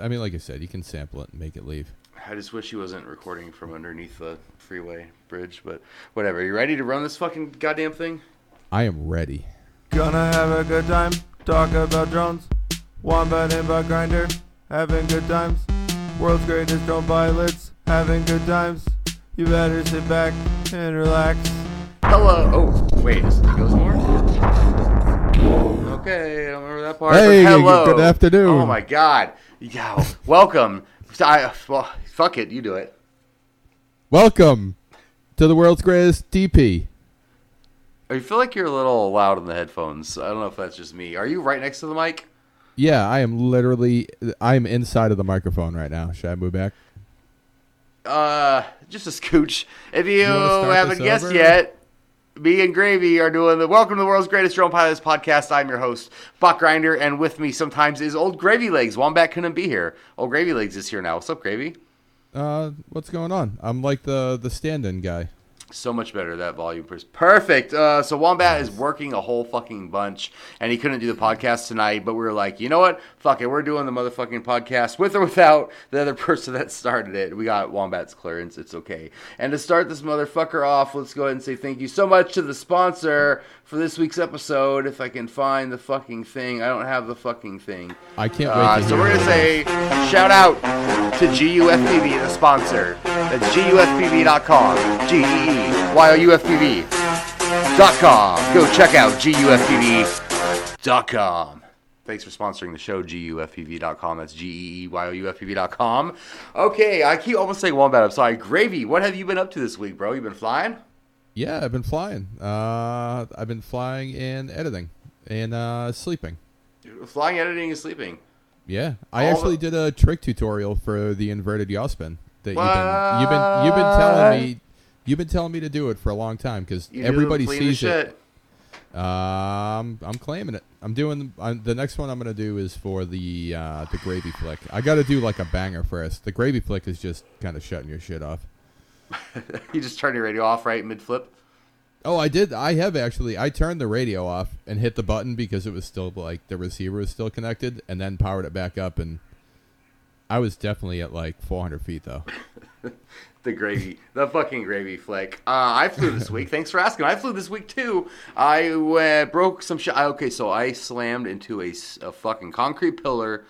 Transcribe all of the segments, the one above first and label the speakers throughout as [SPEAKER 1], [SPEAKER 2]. [SPEAKER 1] I mean, like I said, you can sample it and make it leave.
[SPEAKER 2] I just wish he wasn't recording from underneath the freeway bridge, but whatever. You ready to run this fucking goddamn thing?
[SPEAKER 1] I am ready.
[SPEAKER 3] Gonna have a good time, talk about drones. Wombat and Butt Grinder, having good times. World's greatest drone pilots, having good times. You better sit back and relax.
[SPEAKER 2] Hello. Oh, wait. Is it goes more? Okay, I don't remember that part. but
[SPEAKER 1] Hey,
[SPEAKER 2] hello.
[SPEAKER 1] good afternoon.
[SPEAKER 2] Oh my god. Yeah. Welcome. I, well, fuck it. You do it.
[SPEAKER 1] Welcome to the world's greatest DP.
[SPEAKER 2] I Oh, feel like you're a little loud in the headphones. I don't know if that's just me. Are you right next to the mic?
[SPEAKER 1] Yeah, I am literally. I am inside of the microphone right now. Should I move back?
[SPEAKER 2] Uh, just a scooch. If you,
[SPEAKER 1] wanna start
[SPEAKER 2] haven't
[SPEAKER 1] this
[SPEAKER 2] guessed
[SPEAKER 1] over?
[SPEAKER 2] yet, me and Gravy are doing the Welcome to the World's Greatest Drone Pilots podcast. I'm your host, Buck Grinder, and with me sometimes is Old Gravy Legs. Wombat couldn't be here. Old Gravy Legs is here now. What's up, Gravy?
[SPEAKER 1] Uh, what's going on? I'm like the the stand-in guy.
[SPEAKER 2] So much better that volume is perfect. Uh, so Wombat is working a whole fucking bunch, and he couldn't do the podcast tonight. But we were like, you know what? Fuck it, we're doing the motherfucking podcast with or without the other person that started it. We got Wombat's clearance. It's okay. And to start this motherfucker off, let's go ahead and say thank you so much to the sponsor for this week's episode. If I can find the fucking thing, I don't have the fucking thing.
[SPEAKER 1] I can't
[SPEAKER 2] Uh,
[SPEAKER 1] wait. To
[SPEAKER 2] so
[SPEAKER 1] hear
[SPEAKER 2] we're
[SPEAKER 1] it.
[SPEAKER 2] gonna say shout out to GUFPV, the sponsor. That's GUFPV.com. G E E Y O U F P V dot com. Go check out GUFPV dot com. Thanks for sponsoring the show, GUFPV.com. That's G E E Y O U F P V dot com. Okay, I keep almost saying Wombat. I'm sorry. Gravy, what have you been up to this week, bro? You been flying?
[SPEAKER 1] Yeah, I've been flying. Uh, I've been flying and editing and uh, sleeping.
[SPEAKER 2] Flying, editing, and sleeping.
[SPEAKER 1] Yeah, I
[SPEAKER 2] All
[SPEAKER 1] actually
[SPEAKER 2] the-
[SPEAKER 1] did a trick tutorial for the inverted yaw spin that you've been you've been you've been telling me you've been telling me to do it for a long time because
[SPEAKER 2] You do
[SPEAKER 1] everybody
[SPEAKER 2] clean as
[SPEAKER 1] sees it. Um, I'm claiming it. I'm doing I'm, the next one. I'm gonna do is for the uh, the gravy flick. I got to do like a banger first. The gravy flick is just kind of shutting your shit off.
[SPEAKER 2] shit. You just turn your radio off right mid flip.
[SPEAKER 1] Oh, I did. I have actually. I turned the radio off and hit the button because it was still like the receiver was still connected, and then powered it back up. And I was definitely at like 400 feet though.
[SPEAKER 2] The gravy, the fucking gravy flick. Uh, I flew this week. Thanks for asking. I flew this week too. I uh, broke some shit. Okay, so I slammed into a, s- a fucking concrete pillar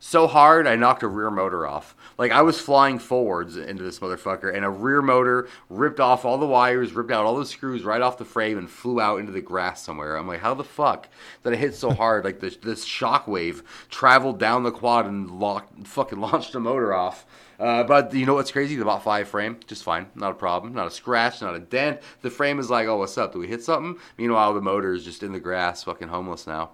[SPEAKER 2] so hard I knocked a rear motor off. Like I was flying forwards into this motherfucker, and a rear motor ripped off all the wires, ripped out all the screws right off the frame, and flew out into the grass somewhere. I'm like, how the fuck did I hit so hard? Like this this shock wave traveled down the quad and locked, fucking launched the motor off. Uh, but you know what's crazy? The bot five frame, just fine, not a problem, not a scratch, not a dent. The frame is like, oh, what's up? Did we hit something? Meanwhile, the motor is just in the grass, fucking homeless now.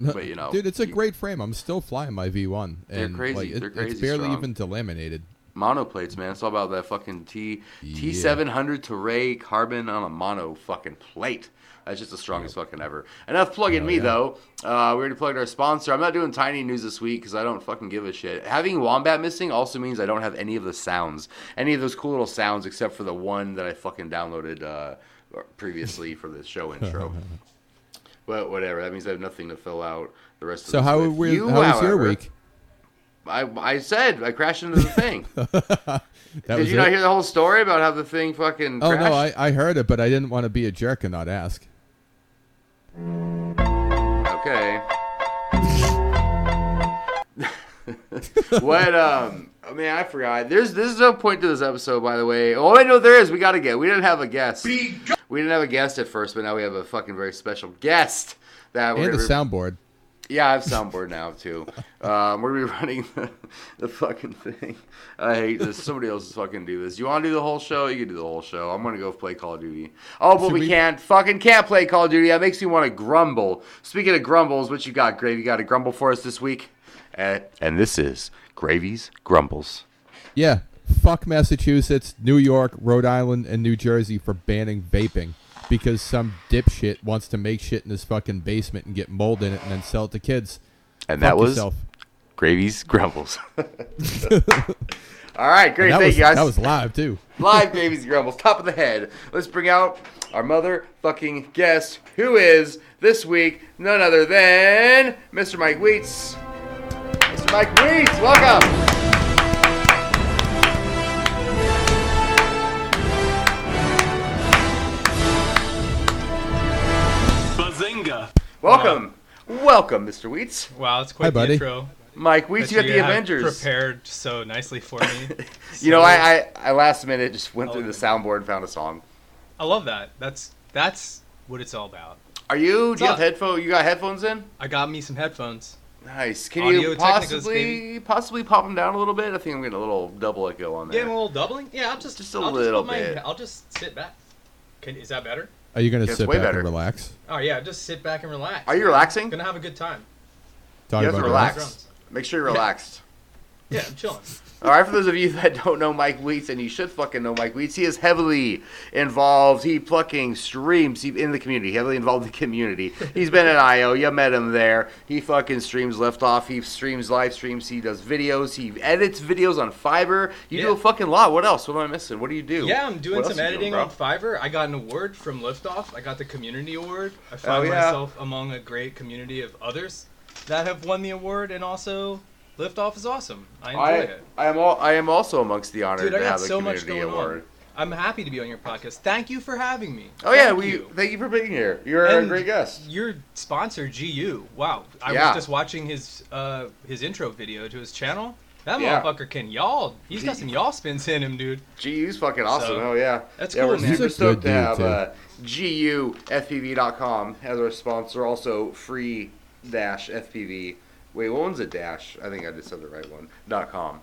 [SPEAKER 2] But you know,
[SPEAKER 1] Dude, it's a
[SPEAKER 2] you-
[SPEAKER 1] great frame. I'm still flying my V1. And,
[SPEAKER 2] They're crazy.
[SPEAKER 1] Like, it-
[SPEAKER 2] They're crazy
[SPEAKER 1] It's barely
[SPEAKER 2] strong.
[SPEAKER 1] even delaminated.
[SPEAKER 2] monoplates, man. It's all about that fucking T T seven hundred Touray carbon on a mono fucking plate. That's just the strongest fucking ever. Enough plugging me though. Uh, we already plugged our sponsor. I'm not doing tiny news this week because I don't fucking give a shit. Having wombat missing also means I don't have any of the sounds, any of those cool little sounds, except for the one that I fucking downloaded uh, previously for the show intro. but whatever. That means I have nothing to fill out the rest of.
[SPEAKER 1] So
[SPEAKER 2] this
[SPEAKER 1] how
[SPEAKER 2] with.
[SPEAKER 1] were,
[SPEAKER 2] You,
[SPEAKER 1] how was your
[SPEAKER 2] however,
[SPEAKER 1] week?
[SPEAKER 2] I, I said I crashed into the thing.
[SPEAKER 1] That
[SPEAKER 2] Did
[SPEAKER 1] was
[SPEAKER 2] you not
[SPEAKER 1] it?
[SPEAKER 2] hear the whole story about how the thing fucking?
[SPEAKER 1] Oh
[SPEAKER 2] crashed?
[SPEAKER 1] no, I, I heard it, but I didn't want to be a jerk and not ask.
[SPEAKER 2] Okay. what um oh man, I forgot. There's there's no point to this episode, by the way. Oh I know there is, we gotta get we didn't have a guest. We didn't have a guest at first, but now we have a fucking very special guest that we're
[SPEAKER 1] And the
[SPEAKER 2] gonna be-
[SPEAKER 1] soundboard.
[SPEAKER 2] yeah, I have soundboard now too. Um, we're gonna be running the, the fucking thing. I hate this. Somebody else is fucking do this. You want to do the whole show? You can do the whole show. I'm gonna go play Call of Duty. Oh, but
[SPEAKER 1] Should
[SPEAKER 2] we,
[SPEAKER 1] we-
[SPEAKER 2] can't. Fucking can't play Call of Duty. That makes me want to grumble. Speaking of grumbles, what you got, Gravy? You got a grumble for us this week? Uh, and this is Gravy's grumbles.
[SPEAKER 1] Yeah. Fuck Massachusetts, New York, Rhode Island, and New Jersey for banning vaping because some dipshit wants to make shit in his fucking basement and get mold in it and then sell it to kids. Fuck
[SPEAKER 2] And that was
[SPEAKER 1] yourself.
[SPEAKER 2] Gravy's grumbles. All right, great.
[SPEAKER 1] That
[SPEAKER 2] Thank
[SPEAKER 1] was
[SPEAKER 2] you guys.
[SPEAKER 1] that was live too.
[SPEAKER 2] Live Babies Grumbles, top of the head. Let's bring out our motherfucking guest, who is this week none other than Mr. Mike Wheats. Mr. Mike Weeds, welcome.
[SPEAKER 4] Bazinga!
[SPEAKER 2] Welcome. Welcome, Mr. Weeds.
[SPEAKER 4] Wow, it's quite
[SPEAKER 1] Hi,
[SPEAKER 4] the
[SPEAKER 1] buddy.
[SPEAKER 4] intro.
[SPEAKER 2] Mike Weeds,
[SPEAKER 4] that
[SPEAKER 2] you got the
[SPEAKER 4] have
[SPEAKER 2] Avengers.
[SPEAKER 4] prepared so nicely for me.
[SPEAKER 2] You know,
[SPEAKER 4] So,
[SPEAKER 2] I, I, I last minute just went
[SPEAKER 4] Oh,
[SPEAKER 2] through the
[SPEAKER 4] okay.
[SPEAKER 2] soundboard and found a song.
[SPEAKER 4] I love that. That's that's what it's all about.
[SPEAKER 2] Are you? Do you have
[SPEAKER 4] up?
[SPEAKER 2] headphone? You got headphones in?
[SPEAKER 4] I got me some headphones.
[SPEAKER 2] Nice. Can you
[SPEAKER 4] Audio Technicas,
[SPEAKER 2] possibly possibly pop them down a little bit? I think I'm getting a little double echo on
[SPEAKER 4] Getting a
[SPEAKER 2] there.
[SPEAKER 4] little doubling? Yeah, I'm just
[SPEAKER 2] Just a
[SPEAKER 4] I'll put
[SPEAKER 2] little
[SPEAKER 4] my-
[SPEAKER 2] bit.
[SPEAKER 4] I'll just sit back. Can, is that better?
[SPEAKER 1] Are you going to
[SPEAKER 2] It's
[SPEAKER 1] sit
[SPEAKER 2] way
[SPEAKER 1] back
[SPEAKER 2] better.
[SPEAKER 1] and relax?
[SPEAKER 4] Oh yeah, just sit back and relax.
[SPEAKER 2] Are you relaxing?
[SPEAKER 4] Gonna have a good time.
[SPEAKER 1] Talk
[SPEAKER 2] You have to
[SPEAKER 1] about
[SPEAKER 2] relax.
[SPEAKER 1] drugs?
[SPEAKER 4] Drums.
[SPEAKER 2] Make sure you're relaxed.
[SPEAKER 4] Yeah, I'm chilling.
[SPEAKER 2] All right, for those of you that don't know Mike Weitz, and you should fucking know Mike Weitz, he is heavily involved. He plucking streams he- in the community, heavily involved in the community. He's been at IO. You met him there. He fucking streams left off. He streams live streams. He does videos. He edits videos on Fiverr. You do
[SPEAKER 4] Yeah.
[SPEAKER 2] a fucking lot. What else? What am I missing? What do you do?
[SPEAKER 4] Yeah, I'm doing
[SPEAKER 2] What
[SPEAKER 4] some
[SPEAKER 2] else you
[SPEAKER 4] editing
[SPEAKER 2] bro?
[SPEAKER 4] on Fiverr. I got an award from Liftoff. I got the community award. I find
[SPEAKER 2] yeah.
[SPEAKER 4] myself among a great community of others that have won the award, and also Liftoff is awesome. I enjoy
[SPEAKER 2] I,
[SPEAKER 4] it.
[SPEAKER 2] I am all, I am also amongst the honor
[SPEAKER 4] Dude,
[SPEAKER 2] to
[SPEAKER 4] I got
[SPEAKER 2] have the
[SPEAKER 4] so much
[SPEAKER 2] community
[SPEAKER 4] going
[SPEAKER 2] award.
[SPEAKER 4] on. I'm happy to be on your podcast. Thank you for having me.
[SPEAKER 2] Oh yeah,
[SPEAKER 4] Thank
[SPEAKER 2] we
[SPEAKER 4] you.
[SPEAKER 2] thank you for being here. You're a
[SPEAKER 4] And
[SPEAKER 2] great guest.
[SPEAKER 4] Your sponsor, GU. Wow, I
[SPEAKER 2] Yeah.
[SPEAKER 4] was just watching his uh, his intro video to his channel. That
[SPEAKER 2] Yeah.
[SPEAKER 4] motherfucker can y'all. He's got some y'all spins in him, dude.
[SPEAKER 2] GU's fucking awesome.
[SPEAKER 4] So,
[SPEAKER 2] oh yeah,
[SPEAKER 4] that's
[SPEAKER 2] yeah,
[SPEAKER 4] cool,
[SPEAKER 2] We're
[SPEAKER 4] man.
[SPEAKER 2] super
[SPEAKER 1] He's a
[SPEAKER 2] stoked to
[SPEAKER 1] good dude,
[SPEAKER 2] have
[SPEAKER 1] too.
[SPEAKER 2] uh, GUFPV.com as our sponsor. Also, free dash FPV. Wait, what one's a dash? I think I just said the right one. Dot com.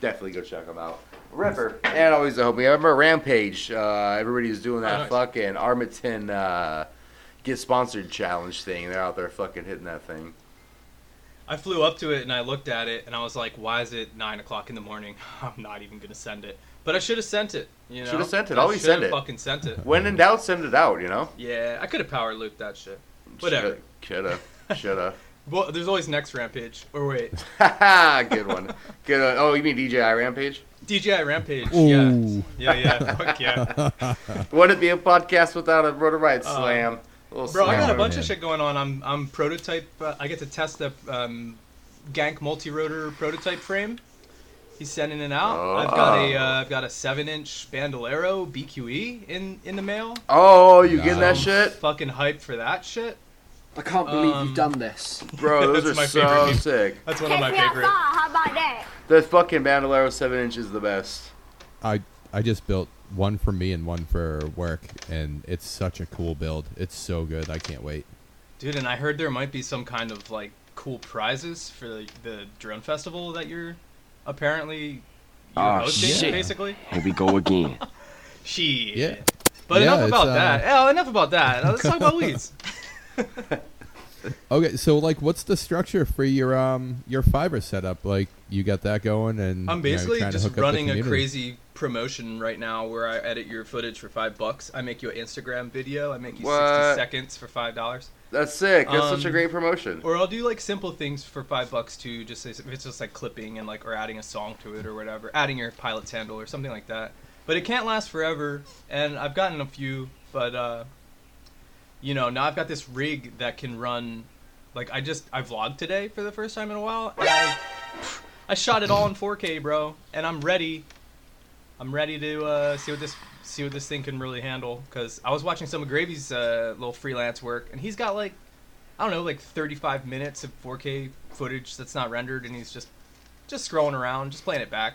[SPEAKER 2] Definitely go check them out. Ripper and always the homie. I remember Rampage. Uh, everybody's doing that
[SPEAKER 4] Oh, nice.
[SPEAKER 2] fucking Armiton uh, get sponsored challenge thing. They're out there fucking hitting that thing.
[SPEAKER 4] I flew up to it and I looked at it and I was like, why is it nine o'clock in the morning? I'm not even gonna send it. But I should have sent it. You know?
[SPEAKER 2] Shoulda sent it.
[SPEAKER 4] I
[SPEAKER 2] Always
[SPEAKER 4] shoulda
[SPEAKER 2] send it.
[SPEAKER 4] Fucking sent it.
[SPEAKER 2] When
[SPEAKER 1] Mm-hmm.
[SPEAKER 2] in doubt, send it out. You know.
[SPEAKER 4] Yeah, I could have power looped that shit. Whatever.
[SPEAKER 2] Shoulda. Shoulda.
[SPEAKER 4] Well, there's always next rampage. Or wait,
[SPEAKER 2] Haha, good one. Good one. Oh, you mean DJI Rampage?
[SPEAKER 4] DJI rampage.
[SPEAKER 1] Ooh.
[SPEAKER 4] Yeah. Yeah, yeah. Fuck yeah.
[SPEAKER 2] Wouldn't be a podcast without a rotor riot
[SPEAKER 4] Uh,
[SPEAKER 2] slam. Little
[SPEAKER 4] Bro, I
[SPEAKER 2] slam.
[SPEAKER 4] got a
[SPEAKER 1] Oh,
[SPEAKER 4] bunch
[SPEAKER 1] man.
[SPEAKER 4] of shit going on. I'm I'm prototype. Uh, I get to test the um, Gank multi-rotor prototype frame. He's sending it out. I've got a
[SPEAKER 2] Oh.
[SPEAKER 4] uh, I've got a seven-inch Bandolero BQE in in the mail.
[SPEAKER 2] Oh, you getting that
[SPEAKER 1] Nice.
[SPEAKER 2] shit,
[SPEAKER 4] Fucking hype for that shit.
[SPEAKER 5] I can't believe
[SPEAKER 4] Um,
[SPEAKER 5] you've done this.
[SPEAKER 2] bro? Those
[SPEAKER 4] That's
[SPEAKER 2] are
[SPEAKER 4] my
[SPEAKER 2] so
[SPEAKER 4] favorite meme.
[SPEAKER 2] sick.
[SPEAKER 4] That's one
[SPEAKER 6] Take
[SPEAKER 4] of
[SPEAKER 6] me
[SPEAKER 4] my favorite.
[SPEAKER 6] outside. How about that?
[SPEAKER 2] The fucking Bandolero seven inch is the best.
[SPEAKER 1] I I just built one for me and one for work, and it's such a cool build. It's so good. I can't wait.
[SPEAKER 4] Dude, and I heard there might be some kind of like cool prizes for the, the drone festival that you're apparently you're
[SPEAKER 5] Ah,
[SPEAKER 4] hosting,
[SPEAKER 5] shit.
[SPEAKER 4] basically.
[SPEAKER 5] Here we go again.
[SPEAKER 4] She.
[SPEAKER 1] Yeah.
[SPEAKER 4] But
[SPEAKER 1] Yeah,
[SPEAKER 4] enough
[SPEAKER 1] it's,
[SPEAKER 4] about
[SPEAKER 1] uh,
[SPEAKER 4] that. Oh, enough about that. Let's talk about weeds.
[SPEAKER 1] Okay, so like, what's the structure for your um your fiber setup? Like, you got that going, and
[SPEAKER 4] I'm
[SPEAKER 1] you know,
[SPEAKER 4] basically
[SPEAKER 1] trying to
[SPEAKER 4] just
[SPEAKER 1] hook up the
[SPEAKER 4] running a
[SPEAKER 1] community.
[SPEAKER 4] crazy promotion right now where I edit your footage for five bucks. I make you an Instagram video. I make you
[SPEAKER 2] What?
[SPEAKER 4] 60 seconds for five dollars.
[SPEAKER 2] That's sick. That's such a
[SPEAKER 4] Um,
[SPEAKER 2] great promotion.
[SPEAKER 4] Or I'll do like simple things for five bucks too. Just as- if it's just like clipping and like or adding a song to it or whatever, adding your pilot's handle or something like that. But it can't last forever. And I've gotten a few, but uh, you know now I've got this rig that can run. Like I just I vlogged today for the first time in a while. And I, I shot it all in 4K, bro, and I'm ready. I'm ready to uh, see what this see what this thing can really handle. Cause I was watching some of Gravy's uh, little freelance work, and he's got like I don't know, like 35 minutes of 4K footage that's not rendered, and he's just just scrolling around, just playing it back.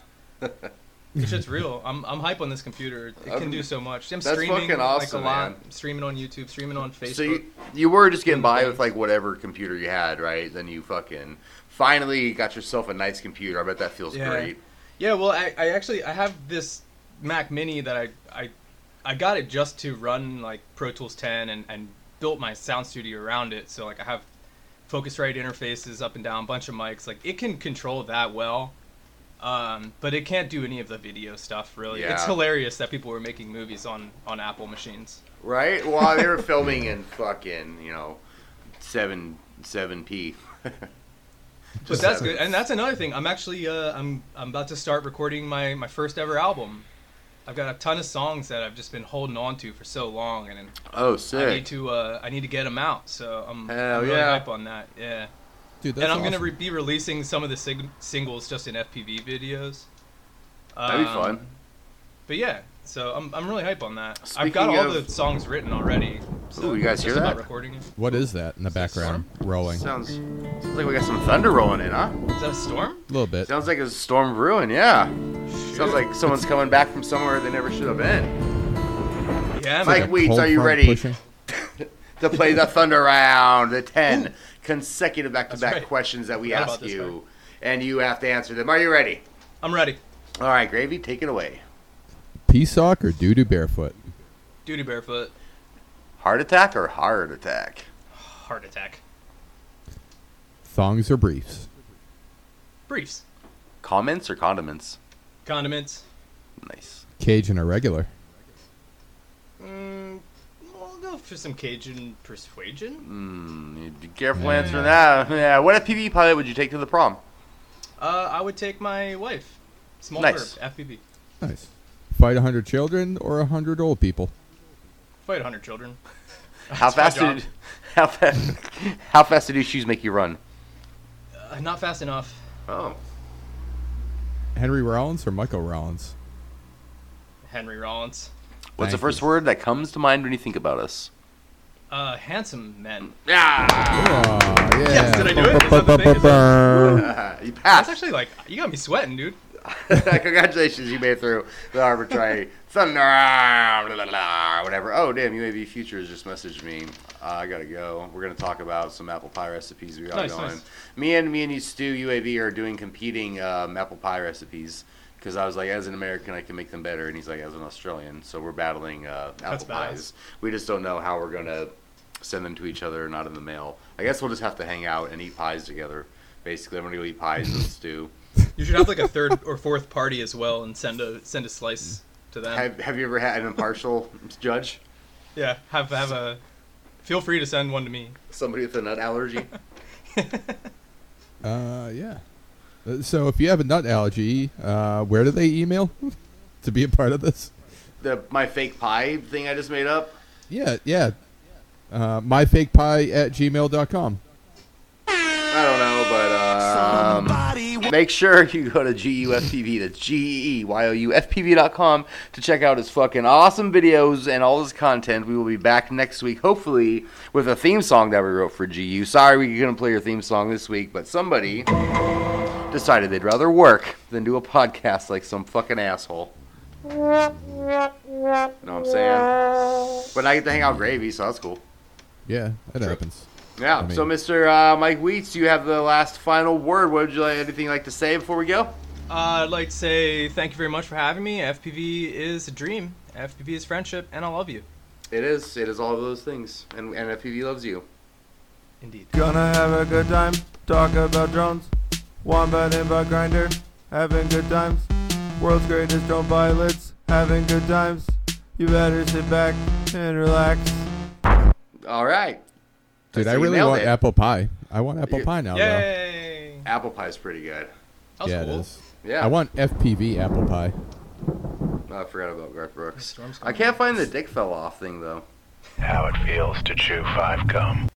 [SPEAKER 4] This shit's real. I'm I'm hype on this computer. It can
[SPEAKER 2] Um,
[SPEAKER 4] do so much. I'm
[SPEAKER 2] that's
[SPEAKER 4] streaming
[SPEAKER 2] fucking
[SPEAKER 4] like
[SPEAKER 2] awesome,
[SPEAKER 4] a lot.
[SPEAKER 2] man.
[SPEAKER 4] I'm streaming on YouTube, streaming on Facebook.
[SPEAKER 2] So you, you were just getting
[SPEAKER 4] Doing
[SPEAKER 2] by
[SPEAKER 4] things.
[SPEAKER 2] with like whatever computer you had, right? Then you fucking finally got yourself a nice computer. I bet that feels
[SPEAKER 4] Yeah.
[SPEAKER 2] great.
[SPEAKER 4] Yeah, well, I, I actually I have this Mac Mini that I I, I got it just to run like Pro Tools 10 and, and built my sound studio around it. So like I have Focusrite interfaces up and down, bunch of mics. Like it can control that well, um, but it can't do any of the video stuff really. It's
[SPEAKER 2] Yeah.
[SPEAKER 4] hilarious that people were making movies on on Apple machines.
[SPEAKER 2] Right? Well, they were filming in fucking, you know, seven seven p.
[SPEAKER 4] But
[SPEAKER 2] Just
[SPEAKER 4] that's
[SPEAKER 2] have it.
[SPEAKER 4] good, and that's another thing. I'm actually uh, I'm I'm about to start recording my my first ever album. I've got a ton of songs that I've just been holding on to for so long, and.
[SPEAKER 2] Oh,
[SPEAKER 4] I need
[SPEAKER 2] sick!
[SPEAKER 4] to uh, I need to get them out. So I'm,
[SPEAKER 2] Hell
[SPEAKER 4] I'm really
[SPEAKER 2] yeah.
[SPEAKER 4] hype on that. Yeah.
[SPEAKER 1] Dude, that's
[SPEAKER 4] and I'm gonna
[SPEAKER 1] awesome.
[SPEAKER 4] re- be releasing some of the sig- singles just in FPV videos.
[SPEAKER 2] That'd be
[SPEAKER 4] Um,
[SPEAKER 2] fun.
[SPEAKER 4] But yeah, so I'm, I'm really hype on that. I've
[SPEAKER 2] Speaking
[SPEAKER 4] got all
[SPEAKER 2] of-
[SPEAKER 4] the songs written already. So
[SPEAKER 2] Ooh, you guys
[SPEAKER 4] just
[SPEAKER 2] hear
[SPEAKER 4] about
[SPEAKER 2] that?
[SPEAKER 4] recording it. Is
[SPEAKER 1] What is that in the background? Rolling. A
[SPEAKER 2] Sounds, sounds like we got some thunder rolling in, huh?
[SPEAKER 4] that a storm?
[SPEAKER 1] little bit.
[SPEAKER 2] Sounds like it's a storm brewing. Yeah.
[SPEAKER 4] Shoot.
[SPEAKER 2] Sounds like someone's coming back from somewhere they never should have been.
[SPEAKER 4] yeah,
[SPEAKER 1] Like
[SPEAKER 4] man.
[SPEAKER 2] Mike
[SPEAKER 1] a
[SPEAKER 2] Weeds,
[SPEAKER 1] cold
[SPEAKER 2] are you
[SPEAKER 1] front
[SPEAKER 2] ready?
[SPEAKER 1] pushing.
[SPEAKER 2] To play the thunder round, the ten consecutive back-to-back
[SPEAKER 4] That's right.
[SPEAKER 2] questions that we
[SPEAKER 4] Forgot about
[SPEAKER 2] ask
[SPEAKER 4] this
[SPEAKER 2] you, and you have to answer them. Are you ready?
[SPEAKER 4] I'm ready.
[SPEAKER 2] All right, gravy, take it away.
[SPEAKER 1] Pea sock or doo doo barefoot?
[SPEAKER 4] Duty barefoot,
[SPEAKER 2] Heart attack or heart attack?
[SPEAKER 4] heart attack,
[SPEAKER 1] Thongs or briefs?
[SPEAKER 4] briefs,
[SPEAKER 2] Comments or condiments?
[SPEAKER 4] condiments.
[SPEAKER 2] Nice.
[SPEAKER 1] Cajun or regular?
[SPEAKER 4] Mm, we'll go for some Cajun persuasion.
[SPEAKER 2] Mm, you'd be careful answering that. Yeah. What FPV pilot would you take to the prom?
[SPEAKER 4] Uh, I would take my wife. Small
[SPEAKER 2] Nice.
[SPEAKER 4] verb, FPV.
[SPEAKER 1] Nice. Fight a hundred children or a hundred old people?
[SPEAKER 4] Fight 100 children.
[SPEAKER 2] How
[SPEAKER 4] my
[SPEAKER 2] fast
[SPEAKER 4] job.
[SPEAKER 2] did how fast how fast did your shoes make you run?
[SPEAKER 4] Uh, not fast enough.
[SPEAKER 2] Oh,
[SPEAKER 1] Henry Rollins or Michael Rollins?
[SPEAKER 4] Henry Rollins.
[SPEAKER 2] what's the
[SPEAKER 1] Thank
[SPEAKER 2] first
[SPEAKER 1] you.
[SPEAKER 2] word that comes to mind when you think about us?
[SPEAKER 4] Uh, handsome men.
[SPEAKER 2] Yeah,
[SPEAKER 1] Oh, yeah.
[SPEAKER 4] Yes, did I do it? Is that the thing? Is
[SPEAKER 2] you
[SPEAKER 4] That's
[SPEAKER 1] Ah.
[SPEAKER 2] passed.
[SPEAKER 4] actually like, you got me sweating, dude.
[SPEAKER 2] Congratulations, you made it through the arbitrary thunder, blah, blah, blah, whatever. Oh, damn, UAV Futures just messaged me. Uh, I gotta go. We're gonna talk about some apple pie recipes we got
[SPEAKER 4] Nice,
[SPEAKER 2] going.
[SPEAKER 4] nice.
[SPEAKER 2] Me and me and you, Stu UAV are doing competing um, apple pie recipes because I was like, as an American, I can make them better, and he's like, as an Australian. So we're battling uh,
[SPEAKER 4] That's
[SPEAKER 2] apple pies. We just don't know how we're gonna send them to each other, or not in the mail. I guess we'll just have to hang out and eat pies together. Basically, I'm gonna go eat pies with Stu.
[SPEAKER 4] You should have like a third or fourth party as well and send a send a slice to them.
[SPEAKER 2] Have, have you ever had an impartial judge?
[SPEAKER 4] yeah, have have a. Feel free to send one to me.
[SPEAKER 2] Somebody with a nut allergy?
[SPEAKER 1] Uh, yeah. Uh, So if you have a nut allergy, uh, where do they email to be a part of this?
[SPEAKER 2] the my fake pie thing I just made up?
[SPEAKER 1] Yeah, yeah. Uh, myfakepie at gmail.com.
[SPEAKER 2] I don't know, but um, make sure you go to GUFPV, that's E G-E-E-Y-O-U-F-P-V dot com to check out his fucking awesome videos and all his content. We will be back next week, hopefully, with a theme song that we wrote for GU. Sorry we couldn't play your theme song this week, but somebody decided they'd rather work than do a podcast like some fucking asshole. You know what I'm saying? But I get to hang out with Gravy, so that's cool.
[SPEAKER 1] Yeah, that happens.
[SPEAKER 2] Yeah.
[SPEAKER 1] I mean-
[SPEAKER 2] so, Mr. Uh, Mike Weitz, you have the last final word. What would you like? Anything you'd like to say before we go?
[SPEAKER 4] Uh, I'd like to say thank you very much for having me. FPV is a dream. FPV is friendship, and I love you.
[SPEAKER 2] It is. It is all of those things, and and FPV loves you.
[SPEAKER 4] Indeed.
[SPEAKER 3] Gonna have a good time. Talk about drones. Wombat and butt grinder. Having good times. World's greatest drone pilots. Having good times. You better sit back and relax.
[SPEAKER 2] All right.
[SPEAKER 1] Dude,
[SPEAKER 2] So
[SPEAKER 1] I
[SPEAKER 2] you
[SPEAKER 1] really
[SPEAKER 2] nailed
[SPEAKER 1] want
[SPEAKER 2] it.
[SPEAKER 1] apple pie. I want apple
[SPEAKER 2] You-
[SPEAKER 1] pie now,
[SPEAKER 4] Yay!
[SPEAKER 2] Apple pie's pretty good.
[SPEAKER 1] though.
[SPEAKER 4] That was
[SPEAKER 1] Yeah,
[SPEAKER 4] cool.
[SPEAKER 1] it is.
[SPEAKER 2] Yeah.
[SPEAKER 1] I want FPV apple pie.
[SPEAKER 2] Oh, I forgot about Garth Brooks.
[SPEAKER 4] Storm's
[SPEAKER 2] I
[SPEAKER 4] coming.
[SPEAKER 2] can't find the dick fell off thing though.
[SPEAKER 6] How it feels to chew five gum.